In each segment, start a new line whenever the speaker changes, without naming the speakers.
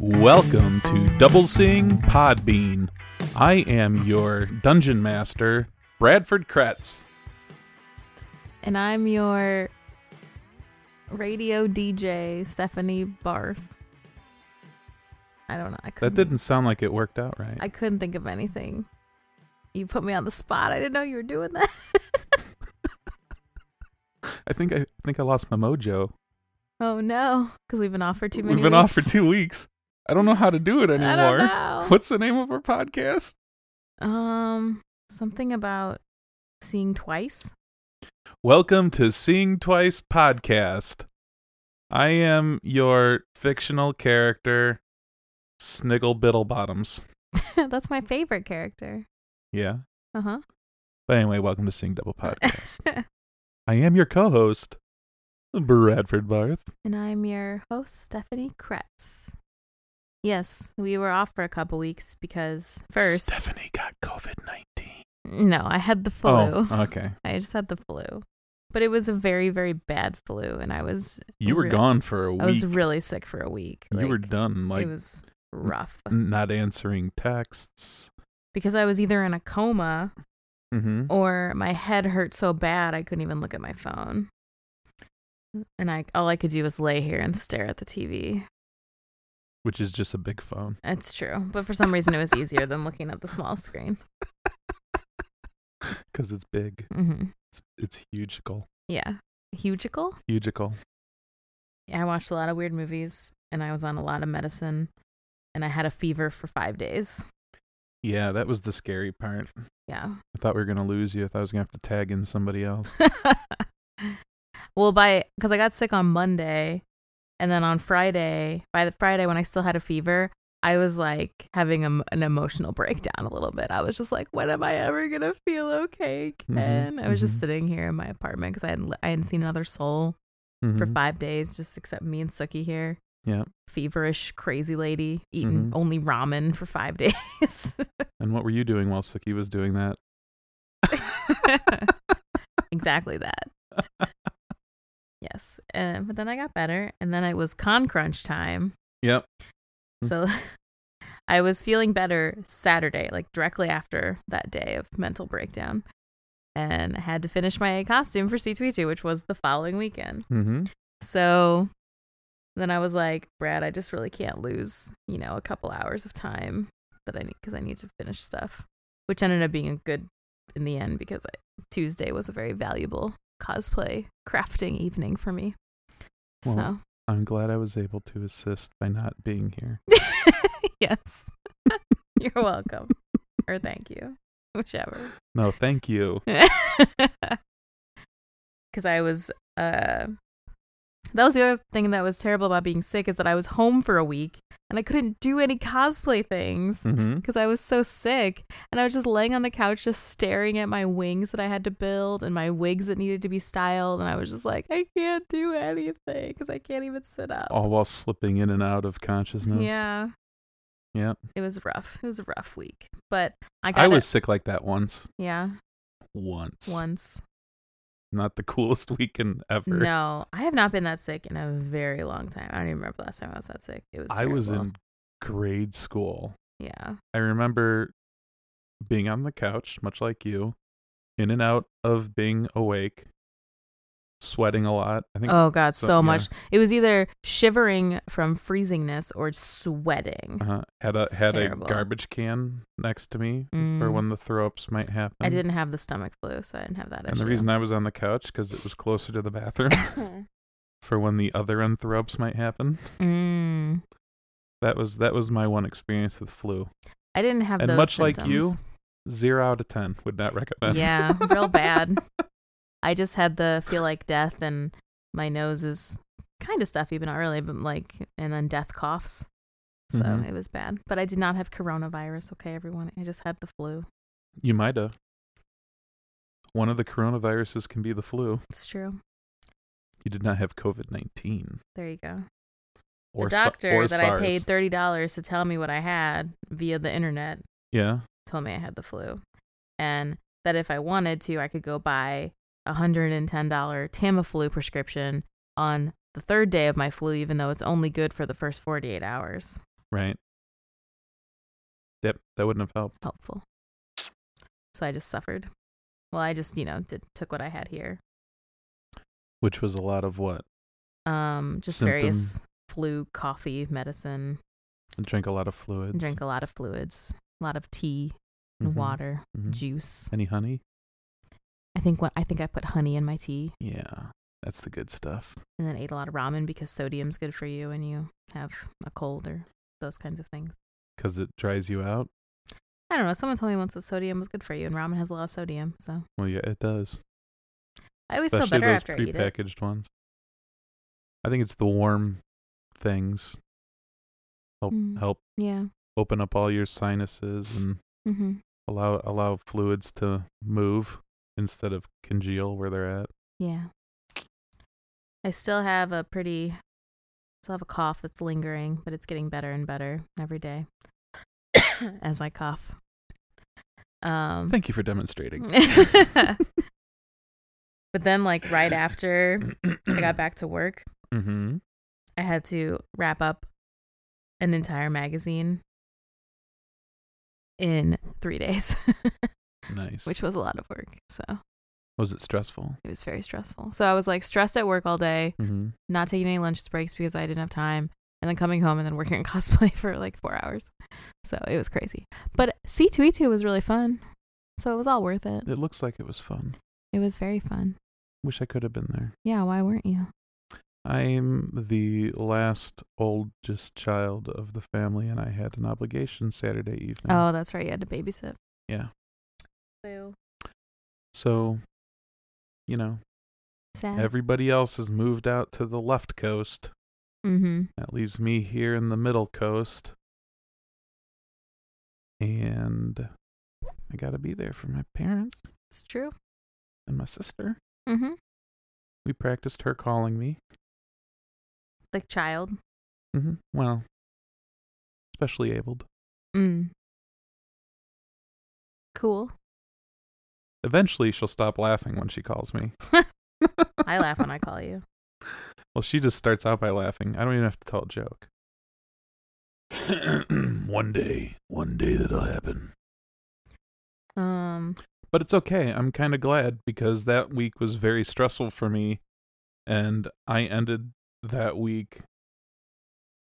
Welcome to Double Sing Podbean. I am your dungeon master, Bradford Kretz.
And I'm your radio DJ, Stephanie Barth. I don't know. I
That
couldn't,
didn't sound like it worked out right.
I couldn't think of anything. You put me on the spot. I didn't know you were doing that.
I think I, I think I lost my mojo.
oh no, because we've been off for too many.
We've been off for
weeks.
two weeks. I don't know how to do it
I don't
anymore.
know.
What's the name of our podcast?
Um, something about seeing twice.
Welcome to Seeing Twice Podcast. I am your fictional character, Sniggle Bittlebottoms.
That's my favorite character.
Yeah.
Uh huh.
But anyway, welcome to Seeing Double Podcast. I am your co host, Bradford Barth.
And I'm your host, Stephanie Kretz. Yes, we were off for a couple weeks because first,
Stephanie got COVID 19.
no, I had the flu.
Oh, okay.
I just had the flu. But it was a very, very bad flu. And I was,
You were
Re-
gone for a week.
I was really sick for a week.
you were
Like,
done, like
it was rough
not answering texts.
because I was either in a coma
Mm-hmm.
or my head hurt so bad I couldn't even look at my phone. And I, all I could do was lay here and stare at the TV.
Which is just a big phone.
It's true. But for some reason, it was easier than looking at the small screen.
Because it's big.
hmm
It's, it's hugical.
Yeah. Hugical?
Hugical.
Yeah, I watched a lot of weird movies and I was on a lot of medicine and I had a fever for five days.
Yeah, that was the scary part.
Yeah.
I thought we were going to lose you. I thought I was going to have to tag in somebody else.
well, by because I got sick on Monday, and then on Friday, by the Friday when I still had a fever, I was like having a, an emotional breakdown a little bit. I was just like, when am I ever gonna feel okay
Mhm,
again? I was
mhm.
just sitting here in my apartment because I hadn't I hadn't seen another soul for
Mhm.
five days, just except me and Suki here.
Yeah.
Feverish, crazy lady eating
Mhm.
only ramen for five days.
And what were you doing while Suki was doing that?
exactly that. yes. Uh, but then I got better, and then it was con crunch time.
Yep.
So I was feeling better Saturday, like directly after that day of mental breakdown. And I had to finish my costume for C2E2, which was the following weekend.
Mm-hmm.
So then I was like, Brad, I just really can't lose, you know, a couple hours of time that I need because I need to finish stuff, which ended up being a good in the end because I, Tuesday was a very valuable cosplay crafting evening for me.
Well, I'm glad I was able to assist by not being here.
so, yes, you're welcome, or thank you, whichever.
No, thank you.
because I was uh that was the other thing that was terrible about being sick is that I was home for a week and I couldn't do any cosplay things
Mm-hmm.
because I was so sick and I was just laying on the couch just staring at my wings that I had to build and my wigs that needed to be styled and I was just like I can't do anything because I can't even sit up.
All while slipping in and out of consciousness.
yeah.
Yep.
It was rough. It was a rough week. But I got
I
it-
was sick like that once.
yeah,
Once.
once.
Not the coolest weekend ever.
No, I have not been that sick in a very long time. I don't even remember the last time I was that sick. It was.
I was
terrible.
in grade school.
Yeah.
I remember being on the couch, much like you, in and out of being awake, sweating a lot. I think
Oh God,
so-
so,
yeah.
much. It was either shivering from freezingness or sweating.
uh, had a
Oh, it's
had
terrible.
a garbage can next to me for
Mm.
when the throw ups might happen.
I didn't have the stomach flu, so I didn't have that
And
issue.
the reason I was on the couch because it was closer to the bathroom for when the other unthrow ups might happen.
mm,
That was that was my one experience with flu.
I didn't have
And
those.
much like you,
symptoms.
Zero out of ten. Would not recommend.
Yeah, real bad. I just had the feel like death, and my nose is kind of stuffy, but not really. But like, and then death coughs. So
Mhm.
it was bad. But I did not have coronavirus. Okay, everyone. I just had the flu.
You might have. One of the coronaviruses can be the flu.
It's true.
You did not have COVID 19.
There you go. the
so-
doctor
or
that I
SARS.
paid thirty dollars to tell me what I had via the internet
Yeah.
told me I had the flu, and that if I wanted to, I could go buy a hundred and ten dollar Tamiflu prescription on the third day of my flu, even though it's only good for the first forty eight hours.
Right. Yep. That wouldn't have helped.
Helpful. So I just suffered. Well, I just you know did took what I had here.
Which was a lot of what?
Um, just
Symptom.
various flu, coffee, medicine.
I drank a lot of fluids.
Drank a lot of fluids, a lot of tea,
Mhm,
and water,
mhm.
juice.
Any honey?
I think what I think I put honey in my tea
Yeah. That's the good stuff.
and then ate a lot of ramen because sodium's good for you and you have a cold or those kinds of things.
Because it dries you out.
I don't know. Someone told me once that sodium was good for you and ramen has a lot of sodium, so
Well, yeah, it does.
I always
Especially
feel better
those
after I eat it.
prepackaged ones. I think it's the warm things help
Mm.
help
Yeah.
open up all your sinuses and
Mm-hmm.
allow allow fluids to move instead of congeal where they're at.
Yeah. I still have a pretty still have a cough that's lingering, but it's getting better and better every day as I cough. Um
Thank you for demonstrating.
but then like right after I got back to work,
Mm-hmm.
I had to wrap up an entire magazine in 3 days,
Nice.
which was a lot of work. So,
was it stressful?
it was very stressful. So I was like stressed at work all day,
Mm-hmm.
not taking any lunch breaks because I didn't have time, and then coming home and then working on cosplay for like 4 hours. So it was crazy. But C2E2 was really fun. So it was all worth it.
It looks like it was fun.
It was very fun.
Wish I could have been there.
Yeah, why weren't you?
I'm the last oldest child of the family, and I had an obligation Saturday evening.
Oh, that's right. You had to babysit.
Yeah.
Boo.
So, you know,
Sad.
everybody else has moved out to the left coast.
mm-hmm.
That leaves me here in the middle coast. And I got to be there for my parents
It's true.
and my sister.
Mm-hmm.
We practiced her calling me.
Like child.
hmm Well, especially abled.
Mm. Cool.
Eventually, she'll stop laughing when she calls me.
I laugh when I call you.
Well, she just starts out by laughing. I don't even have to tell a joke. one day, one day that'll happen.
Um.
But it's okay. I'm kind of glad because that week was very stressful for me. And I ended that week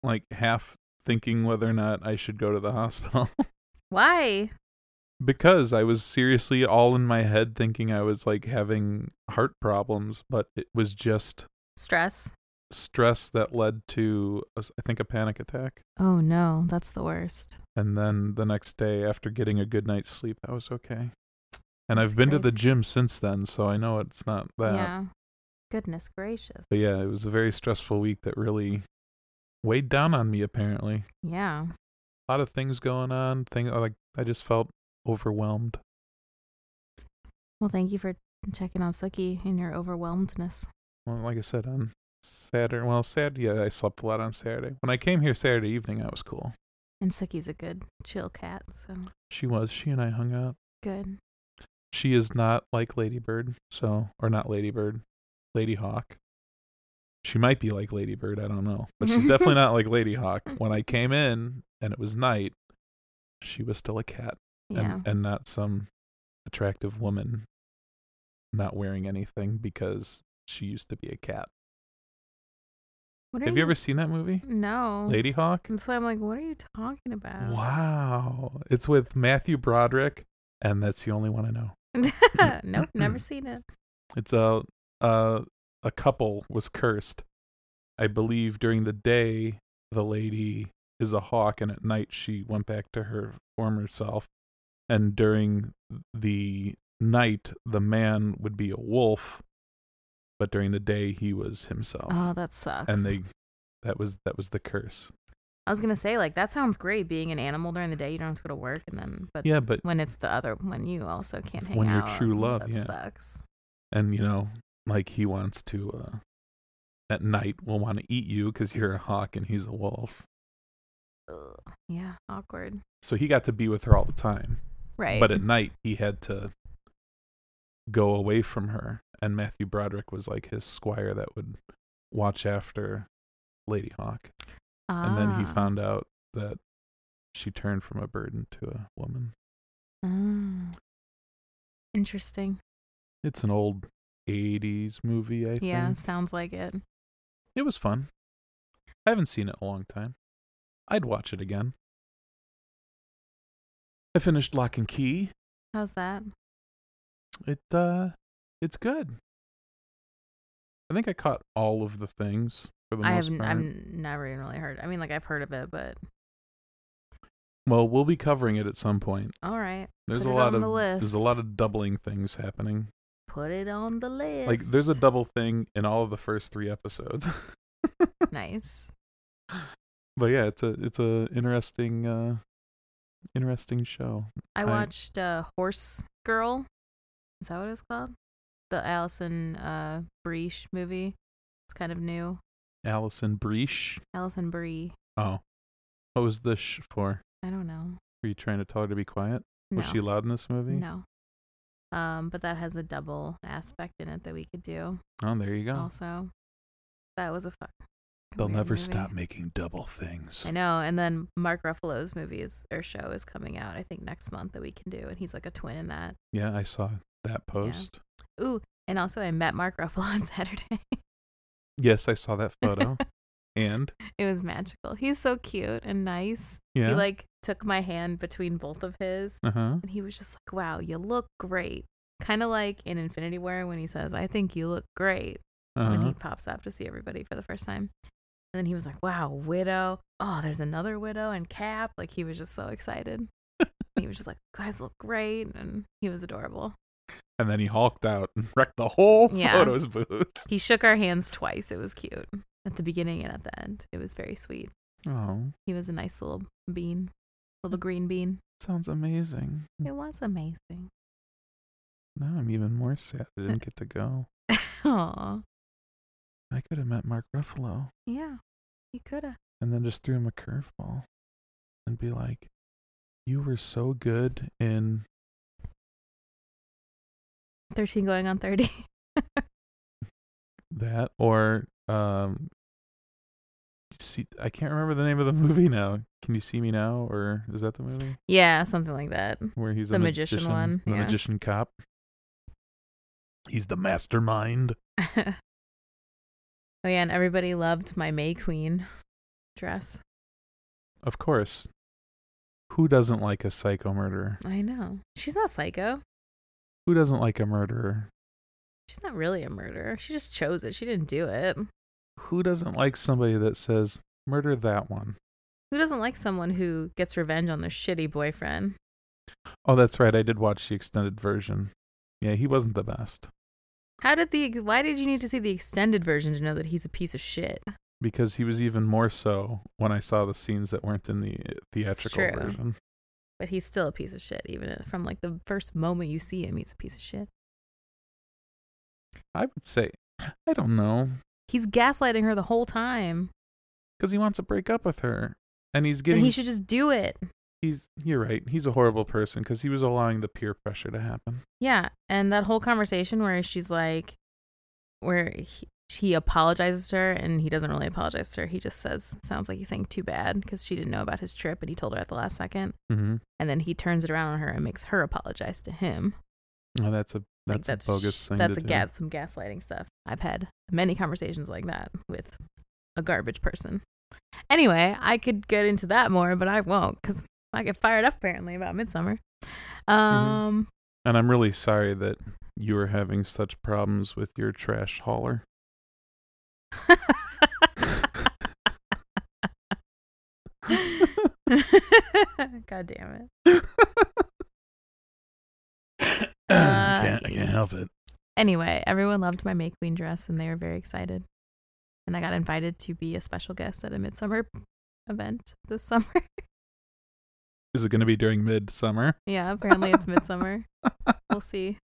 like half thinking whether or not I should go to the hospital
Why?
because I was seriously all in my head thinking I was like having heart problems, but it was just
Stress.
stress that led to, a s- I think, a panic attack.
Oh no, that's the worst.
And then the next day, after getting a good night's sleep, I was okay. And
That's
I've been to the
crazy.
gym since then, so I know it's not that.
Yeah. Goodness gracious.
uh, But yeah, it was a very stressful week that really weighed down on me, apparently.
Yeah.
A lot of things going on. Thing like I just felt overwhelmed.
Well, thank you for checking on Suki and your overwhelmedness.
Well, like I said, on Saturday, well, Saturday, yeah, I slept a lot on Saturday. When I came here Saturday evening, I was cool.
And Suki's a good chill cat, so
She was. She and I hung out.
good.
She is not like Ladybird, so or not Ladybird, Lady Hawk. She might be like Ladybird, I don't know. But she's definitely not like Lady Hawk. When I came in and it was night, she was still a cat
Yeah.
and, and not some attractive woman not wearing anything because she used to be a cat.
What are
Have you ever seen that movie?
Mm. No.
Lady Hawk?
And so I'm like, what are you talking about?
Wow. It's with Matthew Broderick and that's the only one I know.
nope, never seen it.
It's a a a couple was cursed. I believe during the day the lady is a hawk and at night she went back to her former self and during the night the man would be a wolf but during the day he was himself.
Oh, that sucks.
and they that was that was the curse.
I was gonna say like that sounds great being an animal during the day you don't have to go to work and then but
Yeah, but
when it's the other when you also can't hang
When your
out
true love,
that
yeah.
sucks
and you know like he wants to uh at night will want to eat you because you're a hawk and he's a wolf.
Ugh. Yeah, awkward.
So he got to be with her all the time.
Right.
But at night, he had to go away from her. And Matthew Broderick was like his squire that would watch after Lady Hawk. And then he
Ah.
found out that she turned from a burden to a woman.
Ah. Interesting.
It's an old 80s movie, I
Yeah,
think.
sounds like it.
It was fun. I haven't seen it in a long time. I'd watch it again. I finished Lock and Key.
How's that?
It uh it's good. I think I caught all of the things for the
I
most
haven't.
part.
I've never even really heard. I mean, like I've heard of it, but
Well, we'll be covering it at some point.
all right.
There's
Put
a
it
lot
on
of
the
there's a
list.
lot of doubling things happening.
Put it on the list.
Like there's a double thing in all of the first 3 episodes.
nice.
but yeah, it's a it's a interesting uh interesting show.
I
I-
watched uh, Horse Girl. Is that what it's called? The Allison uh, Brie sh- movie. It's kind of new.
Allison Breesh.
Allison Brie.
Oh. What was the sh for?
I don't know.
Were you trying to tell her to be quiet?
No.
Was she loud in this movie?
No. Um, but that has a double aspect in it that we could do.
Oh, there you go.
Also, that was a fuck.
They'll
weird
never
movie.
stop making double things.
I know. And then Mark Ruffalo's movie is, or show is coming out. I think next month that we can do, and he's like a twin in that.
Yeah, I saw that post.
Ooh, and also I met Mark Ruffalo on Saturday.
Yes, I saw that photo. and
it was magical. He's so cute and nice.
yeah.
He like took my hand between both of his
uh-huh.
and he was just like, "Wow, you look great." Kind of like in Infinity War when he says, "I think you look great" when
Uh-huh.
he pops up to see everybody for the first time. And then he was like, "Wow, widow. Oh, there's another widow and Cap." Like he was just so excited. he was just like, "Guys look great." And he was adorable.
And then he hulked out and wrecked the whole
Yeah.
photos booth.
He shook our hands twice. It was cute. At the beginning and at the end. It was very sweet.
Oh,
He was a nice little bean,
Mm.
little green bean.
sounds amazing.
It was amazing.
Now I'm even more sad I didn't get to go.
Aw,
I could have met Mark Ruffalo
yeah, you coulda.
and then just threw him a curveball and be like, You were so good in
Thirteen going on thirty.
that or um see I can't remember the name of the movie now. Can you see me now or is that the movie
yeah, something like that.
where he's
The
a
magician one,
The
yeah.
magician cop. He's the mastermind.
oh yeah, and everybody loved my May Queen dress.
Of course. Who doesn't like a psycho murderer?
I know she's not psycho.
Who doesn't like a murderer?
She's not really a murderer. She just chose it. She didn't do it.
Who doesn't like somebody that says murder that one?
Who doesn't like someone who gets revenge on their shitty boyfriend?
Oh, that's right. I did watch the extended version. Yeah, he wasn't the best
How did the why did you need to see the extended version to know that he's a piece of shit?
because he was even more so when I saw the scenes that weren't in the uh, theatrical
true.
version.
But he's still a piece of shit, even from like the first moment you see him, he's a piece of shit.
I would say, I don't know,
He's gaslighting her the whole time.
because he wants to break up with her, and he's
And
getting.
he should just do it.
he's you're right. He's a horrible person because he was allowing the peer pressure to happen.
Yeah. And that whole conversation where she's like, where he, he apologizes to her and he doesn't really apologize to her. He just says, sounds like he's saying too bad because she didn't know about his trip and he told her at the last second.
Mm-hmm.
And then he turns it around on her and makes her apologize to him.
Oh, that's a
Like,
that's, a bogus thing.
That's
to
a
do.
gas, some gaslighting stuff. I've had many conversations like that with a garbage person. Anyway, I could get into that more, but I won't because I get fired up apparently about Midsummer.
Mm-hmm.
Um,
And I'm really sorry that you were having such problems with your trash hauler.
God damn it.
I
Uh,
can't, I can't help it.
Anyway, everyone loved my May Queen dress and they were very excited. And I got invited to be a special guest at a Midsummer event this summer.
Is it going to be during midsummer?
yeah, apparently it's Midsummer. We'll see.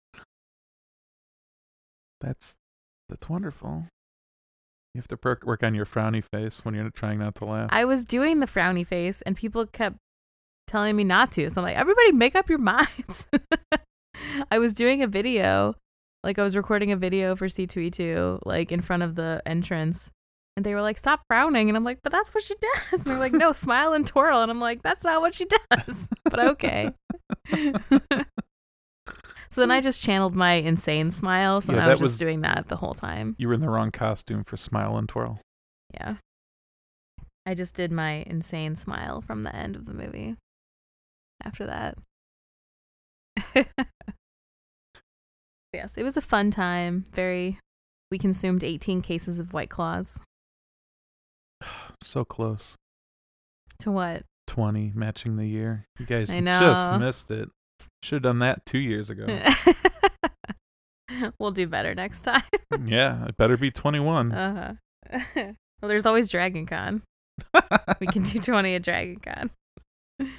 That's that's wonderful. You have to perk, work on your frowny face when you're trying not to laugh.
I was doing the frowny face and people kept telling me not to. So I'm like, everybody make up your minds. I was doing a video, like I was recording a video for C2E2, like in front of the entrance. And they were like, stop frowning. And I'm like, but that's what she does. And they're like, no, smile and twirl. And I'm like, that's not what she does. But okay. so then I just channeled my insane smile. So
Yeah,
then I
that
was just
was-
doing that the whole time.
you were in the wrong costume for Smile and Twirl.
Yeah. I just did my insane smile from the end of the movie after that. yes, it was a fun time. Very. We consumed 18 cases of White Claws.
So close.
To what?
20, matching the year. You guys
I know.
just missed it. Should have done that two years ago.
we'll do better next time.
yeah, it better be 21.
Uh huh. well, there's always Dragon Con. We can do 20 at Dragon Con.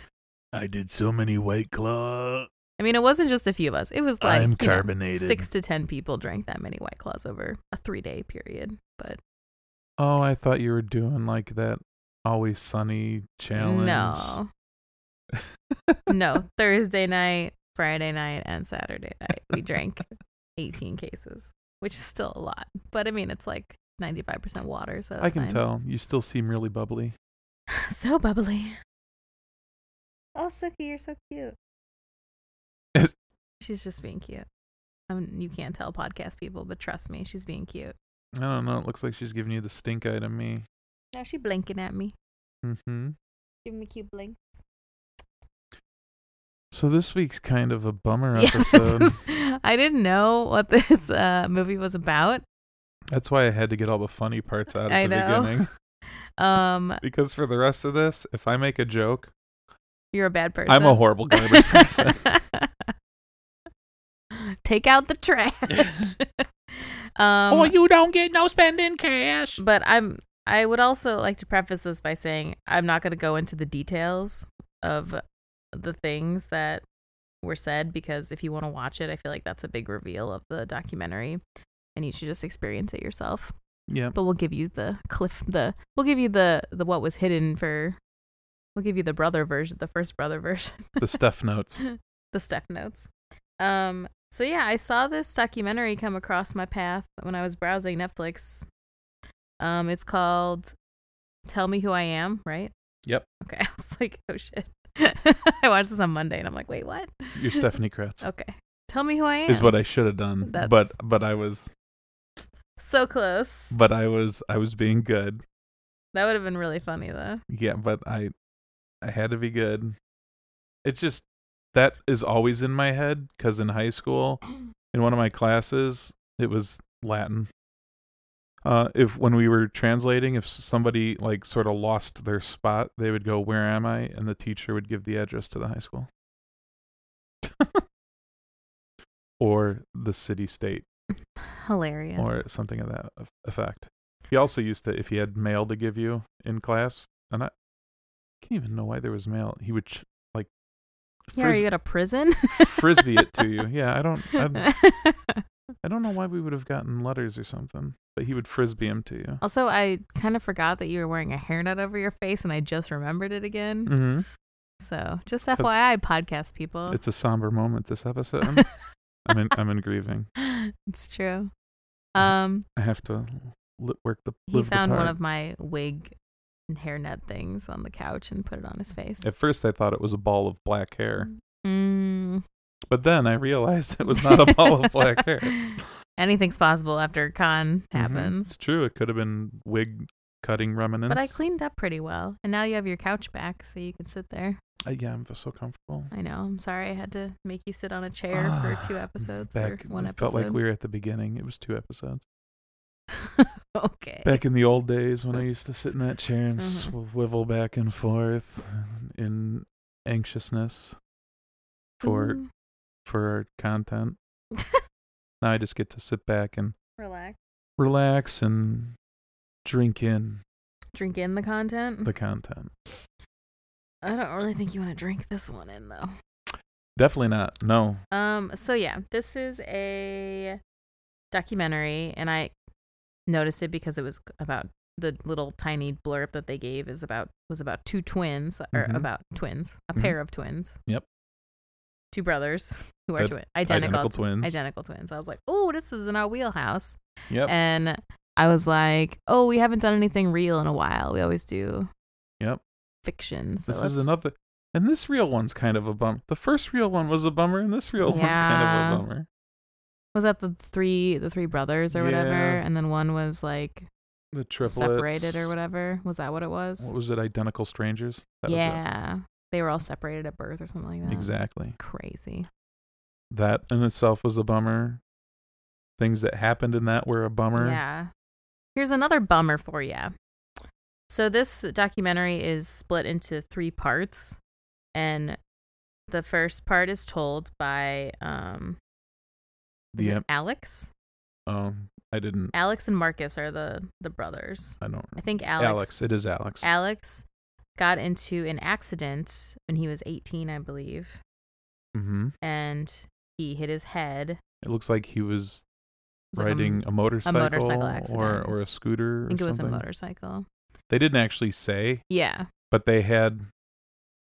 I did so many White Claw.
I mean, it wasn't just a few of us. It was like
I'm
you know,
carbonated.
six to ten people drank that many white claws over a three day period but
Oh, I thought you were doing like that Always Sunny challenge.
no no thursday night friday night and saturday night we drank 18 cases which is still a lot but i mean it's like 95% water so it's
I can
fine.
tell. You still seem really bubbly.
so bubbly oh suki you're so cute
Is-
she's just being cute um, you can't tell podcast people but trust me she's being cute
I don't know. It looks like she's giving you the stink eye to me.
now she blinking at me
hmm
giving me cute blinks
So this week's kind of a bummer
Yeah, this
episode.
is- I didn't know what this uh, movie was about.
That's why I had to get all the funny parts out at
I
the
know.
beginning.
Um,
Because for the rest of this, if I make a joke,
you're a bad person.
I'm a horrible garbage person.
Take out the trash. um,
you don't get no spending cash.
but I'm. I would also like to preface this by saying I'm not going to go into the details of the things that were said because if you want to watch it, I feel like that's a big reveal of the documentary, and you should just experience it yourself.
Yep.
but we'll give you the cliff the we'll give you the the what was hidden for we'll give you the brother version the first brother version
The stuff notes.
the step notes um so yeah i saw this documentary come across my path when i was browsing netflix um it's called tell me who i am right
Yep.
okay i was like oh shit i watched this on monday and i'm like wait what
You're Stephanie Kratz.
okay tell me who i am
Is what I should have done. But
That's-
but I was
so close
but I was I was being good.
that would have been really funny though
Yeah, but I I had to be good. It's just that is always in my head cuz in high school in one of my classes it was Latin. Uh if when we were translating if somebody like sort of lost their spot, they would go where am I and the teacher would give the address to the high school. or the city state
hilarious
or something of that eff- effect. He also used to, if he had mail to give you in class, and I can't even know why there was mail. He would ch- like
yeah are
fris-
you at a prison
frisbee it to you. Yeah, I don't, I, I don't know why we would have gotten letters or something, but he would frisbee them to you.
also, I kind of forgot that you were wearing a hairnet over your face, and I just remembered it again.
hmm
So, just FYI, podcast people,
It's a somber moment this episode. I'm in, I'm in grieving.
it's true. Um,
I have to li- work the.
he
live the
found one
part.
of my wig and hairnet things on the couch and put it on his face.
At first, I thought it was a ball of black hair,
Mm.
but then I realized it was not a ball of black hair.
Anything's possible after con
Mhm.
happens.
It's true. It could have been wig cutting remnants.
But I cleaned up pretty well, and now you have your couch back, so you can sit there.
Uh, yeah, I'm so comfortable.
I know. I'm sorry I had to make you sit on a chair for two episodes
Ah, Back,
or one
it
episode.
felt like we were at the beginning. It was two episodes.
okay.
Back in the old days when I used to sit in that chair and
Mhm.
swivel back and forth in anxiousness for
Ooh,
for our content. now I just get to sit back and
relax.
relax and drink in
Mm-hmm. Drink in the content.
the content.
I don't really think you want to drink this one in though.
Definitely not. No.
Um so yeah, this is a documentary and I noticed it because it was about the little tiny blurb that they gave is about was about two twins or
Mhm.
about twins, a
Mhm.
pair of twins.
Yep.
Two brothers who are
That-
twin, identical,
identical twins.
identical twins. I was like, "Oh, this is in our wheelhouse."
Yep.
And I was like, "Oh, we haven't done anything real in a while. We always do."
Yep.
Fiction. So
this
let's,
is another. And this real one's kind of a bum. The first real one was a bummer, and this real one's kind
Yeah.
of a bummer.
was that the three the three brothers or whatever,
Yeah.
and then one was like
The triplets
separated or whatever. Was that what it
What
was?
was it? Identical strangers. That was it.
yeah, they were all separated at birth or something like that.
Exactly.
Crazy.
That in itself was a bummer. Things that happened in that were a bummer.
Yeah. Here's another bummer for you. So this documentary is split into three parts, and the first part is told by um is
The
it
em-
Alex.
um, I didn't.
Alex and Marcus are the the brothers.
I don't.
I think
Alex.
Alex.
It is Alex.
Alex got into an accident when he was 18, I believe,
mm-hmm.
and he hit his head.
It looks like he was
It was like a m-
riding a motorcycle, or
accident.
or a scooter.
I think
or
it was a
something.
motorcycle.
They didn't actually say,
Yeah.
but they had,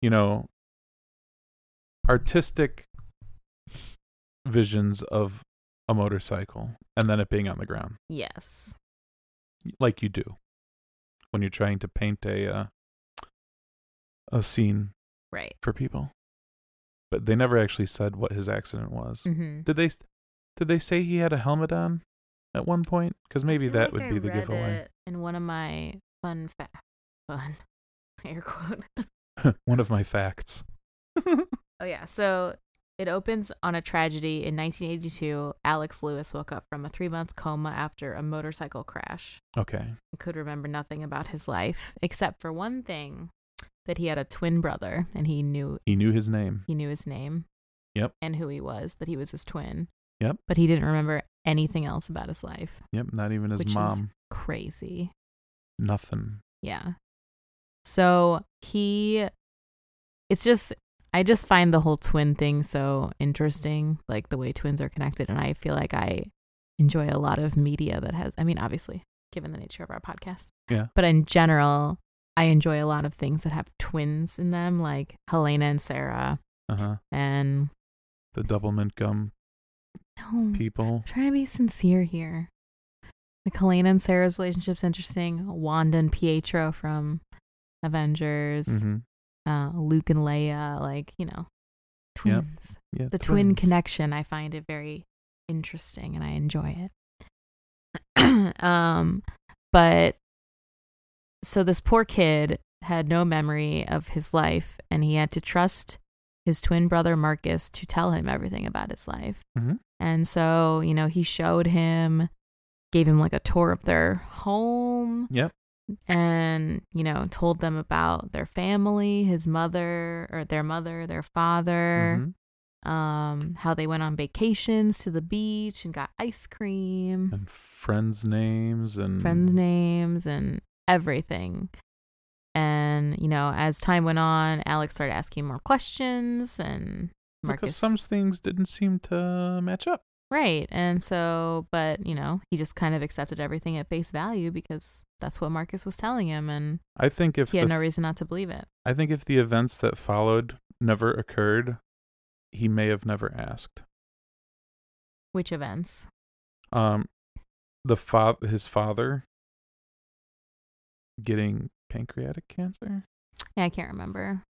you know, artistic visions of a motorcycle and then it being on the ground,
Yes.
like you do when you're trying to paint a uh, a scene
Right.
for people. But they never actually said what his accident was.
Mm-hmm.
Did they? Did they say he had a helmet on at one point? Because maybe that would be the giveaway.
in one of my fun fa- fun air quote.
one of my facts.
Oh yeah. So it opens on a tragedy in 1982. Alex Lewis woke up from a three-month coma after a motorcycle crash.
Okay.
and could remember nothing about his life except for one thing that he had a twin brother and he knew
He knew his name.
he knew his name.
Yep.
And who he was, that he was his twin.
Yep.
But he didn't remember anything else about his life.
Yep. Not even his
Which is-
mom.
Crazy.
Nothing.
Yeah. So he it's just I just find the whole twin thing so interesting, like the way twins are connected and I feel like I enjoy a lot of media that has I mean obviously given the nature of our podcast.
Yeah.
But in general, I enjoy a lot of things that have twins in them like Helena and Sarah
Uh huh.
and
The double mint gum
no,
people.
trying to be sincere here. Like Helena and Sarah's relationship's interesting. Wanda and Pietro from Avengers.
Mm-hmm.
uh, Luke and Leia, like, you know,
Yep.
twins.
Yeah.
The twin
twins.
connection, I find it very interesting and I enjoy it. um, but so this poor kid had no memory of his life and he had to trust his twin brother Marcus to tell him everything about his life.
Mhm.
And so, you know, he showed him, gave him like a tour of their home
Yep.
and you know told them about their family his mother or their mother their father
Mhm.
um how they went on vacations to the beach and got ice cream
And friends' names and
friends names and everything and you know as time went on alex started asking more questions and marcus
Because some things didn't seem to match up.
right and so but you know he just kind of accepted everything at face value because that's what marcus was telling him and
I think if
he had
the
no reason not to believe it
I think if the events that followed never occurred, he may have never asked.
which events
Um, the fa- his father getting pancreatic cancer,
Yeah, I can't remember.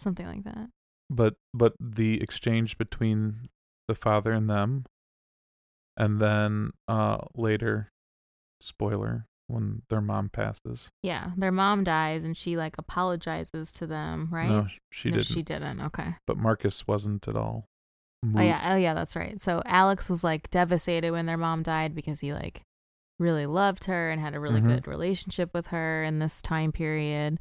Something like that.
but but the exchange between the father and them, and then uh later, spoiler when their mom passes.
Yeah, their mom dies and she like apologizes to them, right?
No, she
No,
didn't.
She didn't. Okay.
But Marcus wasn't at all. moved.
Oh yeah. Oh yeah. That's right. So Alex was like devastated when their mom died because he like really loved her and had a really
Mhm.
good relationship with her in this time period.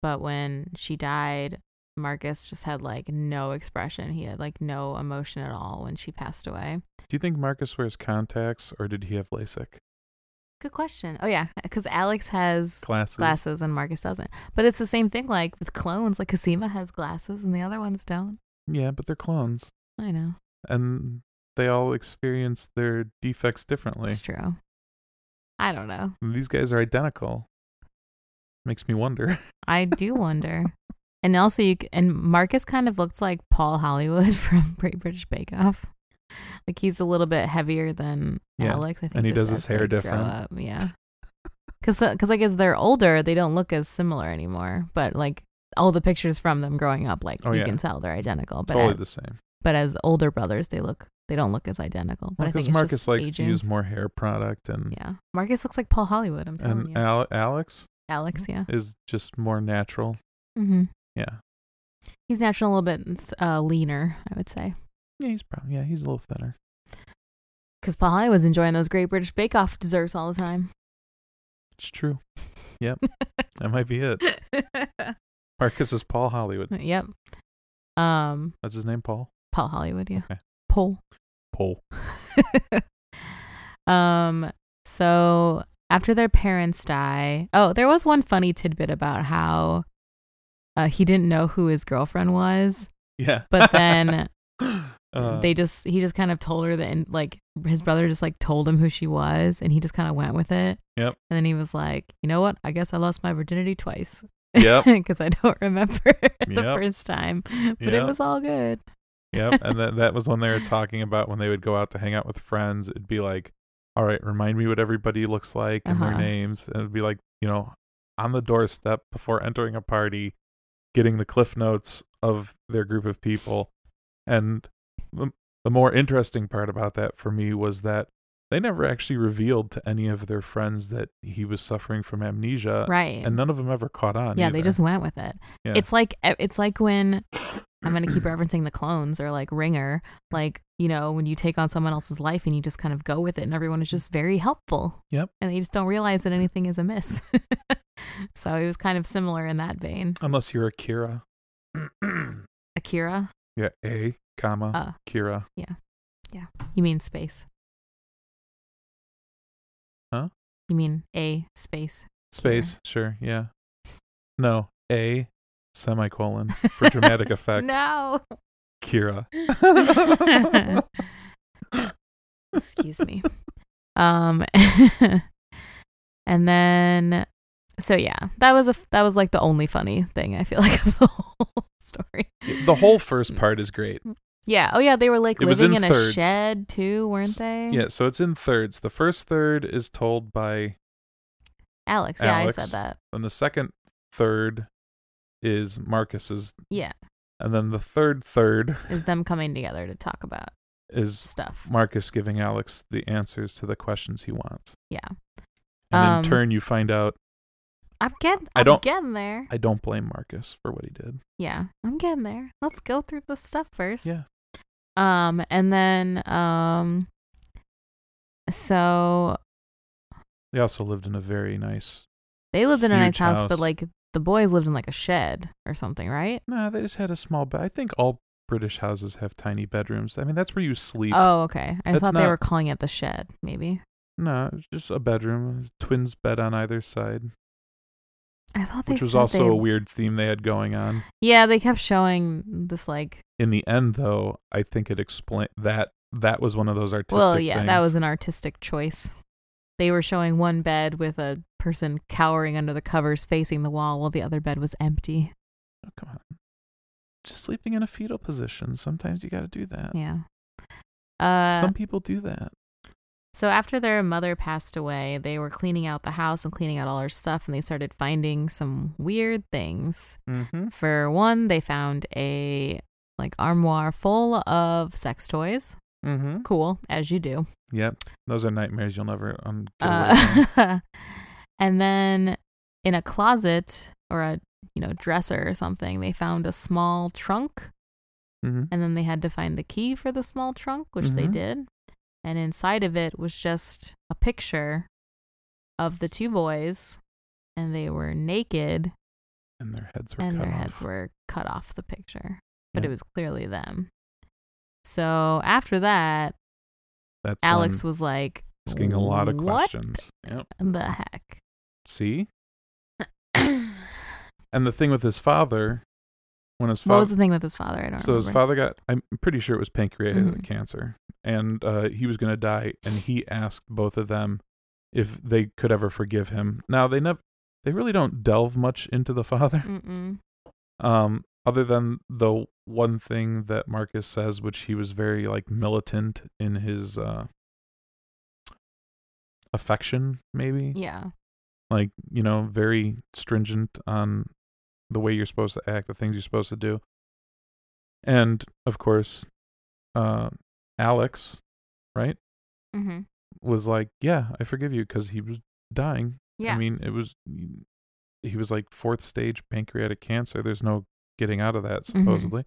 But when she died, Marcus just had like no expression. He had like no emotion at all when she passed away.
Do you think Marcus wears contacts or did he have LASIK
Good question. Oh yeah, because Alex has
glasses?
glasses and Marcus doesn't. But it's the same thing like with clones. Like Kasima has glasses and the other ones don't.
Yeah, but they're clones.
I know.
and they all experience their defects differly.
It's true. I don't know.
And these guys are identical. Makes me wonder.
I do wonder. And also, you c- and Marcus kind of looks like Paul Hollywood from Great British Bake Off. Like he's a little bit heavier than
Yeah,
Alex. I think,
and he
just
does his
as they
hair
grow
different.
up, Yeah, because because like as they're older, they don't look as similar anymore. But like all the pictures from them growing up, like
Oh,
you
yeah.
can tell they're identical. But
totally
at-
the same.
but as older brothers, they look they don't look as identical. But I think
Because
it's
Marcus
just
likes
aging.
to use more hair product, and
Yeah, Marcus looks like Paul Hollywood. I'm telling
and
you,
Al- Alex
Alex. Yeah,
is just more natural.
hmm
Yeah,
he's naturally a little bit th- uh, leaner, I would say.
yeah, he's probably yeah, he's a little thinner.
Because Paul Hollywood's enjoying those Great British Bake Off desserts all the time.
It's true. Yep, that might be it. Marcus is Paul Hollywood.
yep. Um,
That's his name, Paul.
Paul Hollywood, yeah.
Okay.
Paul.
Paul.
um, so after their parents die, oh, there was one funny tidbit about how uh, he didn't know who his girlfriend was,
Yeah.
but then
Uh,
they just he just kind of told her that, and like his brother just like told him who she was, and he just kind of went with it.
Yep.
And then he was like, you know what? I guess I lost my virginity twice.
Yep.
because I don't remember the
Yep.
first time, but it
Yep.
was all good.
Yep. And that that was when they were talking about when they would go out to hang out with friends. It'd be like, all right, remind me what everybody looks like and
Uh-huh.
their names. And it'd be like, you know, on the doorstep before entering a party, getting the cliff notes of their group of people. And the, the more interesting part about that for me was that they never actually revealed to any of their friends that he was suffering from amnesia.
right?
Uh, And none of them ever caught on.
yeah, they
either.
just went with it.
Yeah.
It's like e, it's like when I'm gonna keep referencing the clones or like Ringer, like you know when you take on someone else's life and you just kind of go with it, and everyone is just very helpful.
Yep.
And they just don't realize that anything is amiss. so it was kind of similar in that vein.
unless you're Akira.
Akira,
yeah, A, comma,
Uh.
Kira.
you mean space?
Huh?
You mean a space?
Space, sure, yeah. No, A semicolon for dramatic effect.
No.
Kira.
Excuse me. Um and then so yeah, that was a that was like the only funny thing I feel like of the whole story.
The whole
Mm.
first part is great.
Yeah. Oh yeah, they were like
It was
living in,
in
a
thirds.
shed too, weren't
S-
they?
Yeah, so it's in thirds. The first third is told by,
Alex, yeah,
Alex.
I said that.
and the second third is Marcus's,
Yeah.
and then the third third
Is them coming together to talk about
is
stuff.
Marcus giving Alex the answers to the questions he wants.
Yeah.
And
Um,
in turn, you find out
I'm getting
I
I'm
don't-
getting there.
I don't blame Marcus for what he did.
Yeah. I'm getting there. Let's go through the stuff first.
Yeah.
Um, and then um, so
They also lived in a very nice.
they lived in a nice
Huge
house, but
house.
like the boys lived in like a shed or something, right?
Nah, they just had a small bed. I think all British houses have tiny bedrooms. I mean, that's where you sleep.
Oh, okay. I
That's
thought they
not-
were calling it the shed, maybe.
No, it's just a bedroom, twins bed on either side,
I thought they
which was
said
also
they-
a weird theme they had going on.
Yeah, they kept showing this like
In the end, though, I think it explained that that was one of those artistic.
well, yeah, that
things.
was an artistic choice. They were showing one bed with a person cowering under the covers facing the wall while the other bed was empty.
Oh, come on, just sleeping in a fetal position. Sometimes you got to do that.
Yeah. Uh
Some people do that.
So after their mother passed away, they were cleaning out the house and cleaning out all her stuff, and they started finding some weird things.
Mm-hmm.
For one, they found a like armoire full of sex toys.
Mm-hmm.
Cool, as you do.
Yep, those are nightmares you'll never um, get away from.
Uh, and then in a closet or a you know dresser or something, they found a small trunk,
Mm-hmm.
and then they had to find the key for the small trunk, which they
Mhm.
did. And inside of it was just a picture of the two boys, and they were naked,
And their heads were
and
cut
their
off.
heads were cut off the picture, but
Yeah.
it was clearly them. So after that,
That's
Alex
one
was like,
asking a lot of
"What
questions. Yep.
The heck.
See, and the thing with his father, when his
what was
father,
the thing with his father? I don't
so his
remember.
father got, I'm pretty sure it was pancreatic
Mhm.
cancer, and uh, he was going to die, and he asked both of them if they could ever forgive him. Now they never they really don't delve much into the father
Mm-mm. Mm.
um other than the one thing that Marcus says which he was very like militant in his uh affection maybe
Yeah.
like you know very stringent on the way you're supposed to act the things you're supposed to do and of course uh alex right
Mm-hmm.
was like yeah i forgive you because he was dying
Yeah.
i mean it was he was like fourth stage pancreatic cancer there's no getting out of that supposedly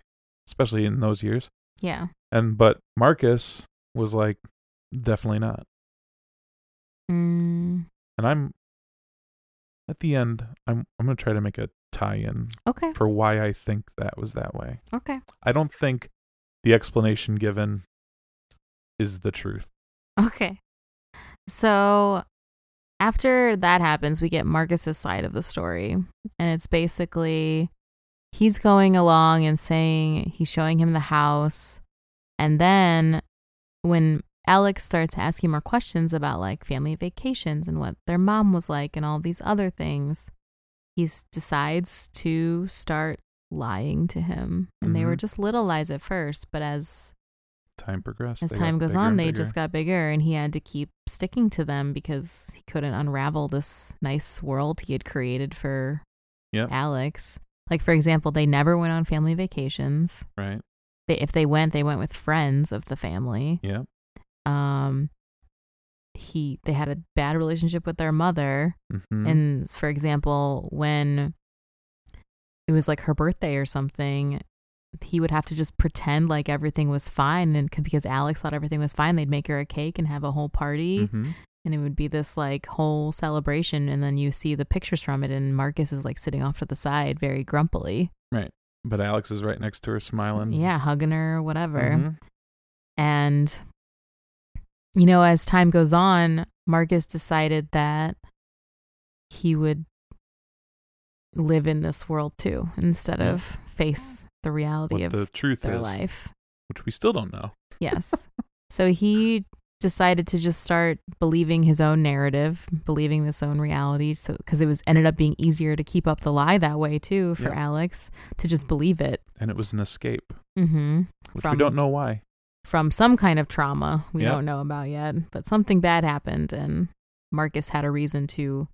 especially in those years
yeah.
and but marcus was like definitely not
Mm.
and i'm at the end i'm i'm going to try to make a tie-in
Okay.
for why I think that was that way.
Okay.
I don't think the explanation given is the truth.
Okay. So after that happens, we get Marcus's side of the story. And it's basically he's going along and saying he's showing him the house. And then when Alex starts asking more questions about like family vacations and what their mom was like and all these other things, he decides to start lying to him. And they were
Mhm.
just little lies at first, but as
Time progressed.
as
they
time
got
goes
bigger
on,
and
they
bigger.
just got bigger, and he had to keep sticking to them because he couldn't unravel this nice world he had created for
Yep.
Alex. Like, for example, they never went on family vacations.
right.
They, if they went, they went with friends of the family.
Yeah.
Um, he they had a bad relationship with their mother.
Mm-hmm.
And for example, when it was like her birthday or something, he would have to just pretend like everything was fine. And c- because Alex thought everything was fine, they'd make her a cake and have a whole party.
hmm
And it would be this like whole celebration. And then you see the pictures from it. And Marcus is like sitting off to the side very grumpily.
But Alex is right next to her, smiling.
Yeah, hugging her, whatever.
Mhm.
And, you know, as time goes on, Marcus decided that he would live in this world too instead
Yeah.
of face the reality
What
of
the truth
their
is,
life.
which we still don't know.
Yes. so he decided to just start believing his own narrative, believing this own reality. So, because it was ended up being easier to keep up the lie that way too for
Yeah.
Alex to just believe it.
And it was an escape,
hmm
which we
From-
don't know why.
from some kind of trauma we
Yeah.
don't know about yet, but something bad happened and Marcus had a reason to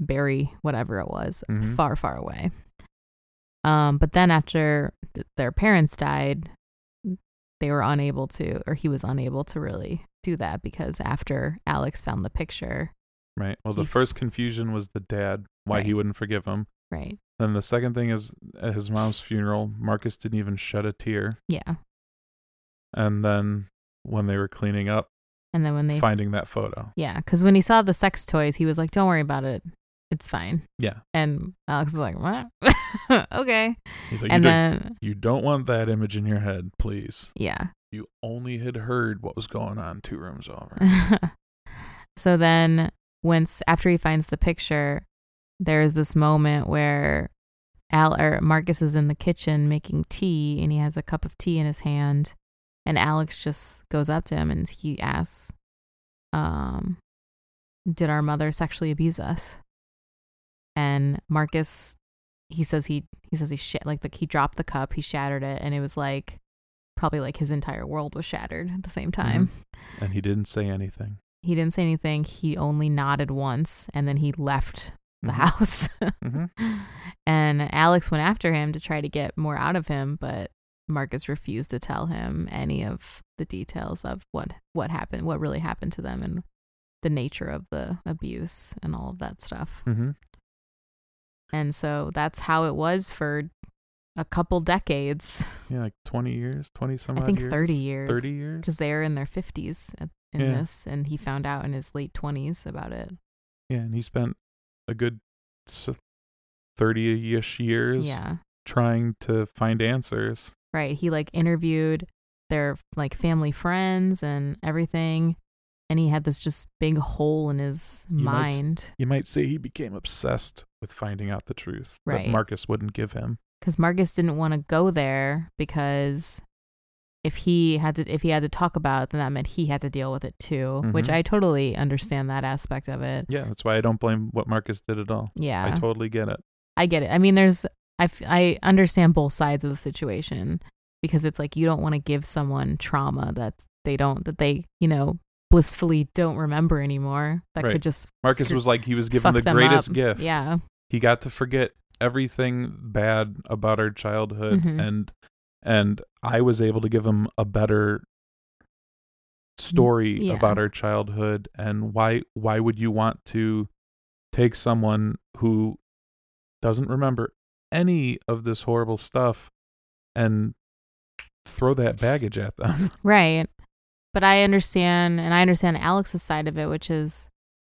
bury whatever it was
Mhm.
far, far away. Um, but then after th- their parents died, they were unable to, or he was unable to really do that because after Alex found the picture,
Right. Well, the
He-
first confusion was the dad, why he
Right.
wouldn't forgive him.
right?
Then the second thing is at his mom's funeral, Marcus didn't even shed a tear.
Yeah.
And then when they were cleaning up,
And then when they,
finding that photo.
yeah, because when he saw the sex toys, he was like, don't worry about it. It's fine.
Yeah.
And Alex was like, what? okay.
He's like, you,
and
don't-
then,
you don't want that image in your head, please.
yeah.
You only had heard what was going on two rooms over.
so then once after he finds the picture, there is this moment where Al or Marcus is in the kitchen making tea and he has a cup of tea in his hand and Alex just goes up to him and he asks um did our mother sexually abuse us? And Marcus he says he he says he sh- like the, he dropped the cup, he shattered it and it was like probably like his entire world was shattered at the same time
Mm-hmm. and he didn't say anything.
he didn't say anything. He only nodded once and then he left the
Mhm.
house.
Mhm.
and Alex went after him to try to get more out of him, but Marcus refused to tell him any of the details of what what happened, what really happened to them and the nature of the abuse and all of that stuff.
Mhm. Mm-hmm.
And so that's how it was for a couple decades.
Yeah, like 20 years, 20 some
I
odd
think
years.
30 years.
30 years?
Because they were in their 50s at, in
Yeah.
this, and he found out in his late 20s about it.
Yeah, and he spent a good 30 ish years
Yeah.
trying to find answers.
Right. He like interviewed their like family friends and everything. And he had this just big hole in his
You might s-
mind
You might say he became obsessed with finding out the truth
Right.
that Marcus wouldn't give him.
because Marcus didn't want to go there because if he had to if he had to talk about it, then that meant he had to deal with it too, which
Mhm.
I totally understand that aspect of it.
Yeah, that's why I don't blame what Marcus did at all.
Yeah,
I totally get it.
I get it. I mean, there's I f- I understand both sides of the situation because it's like you don't want to give someone trauma that they don't that they you know blissfully don't remember anymore. That
Right.
could just
Marcus
screw-
was like he was given
fuck
the
them
greatest
up.
gift.
Yeah,
He got to forget everything bad about our childhood
Mhm.
and and I was able to give him a better story
yeah.
about our childhood and why why would you want to take someone who doesn't remember any of this horrible stuff and throw that baggage at them.
right. But I understand, and I understand Alex's side of it, which is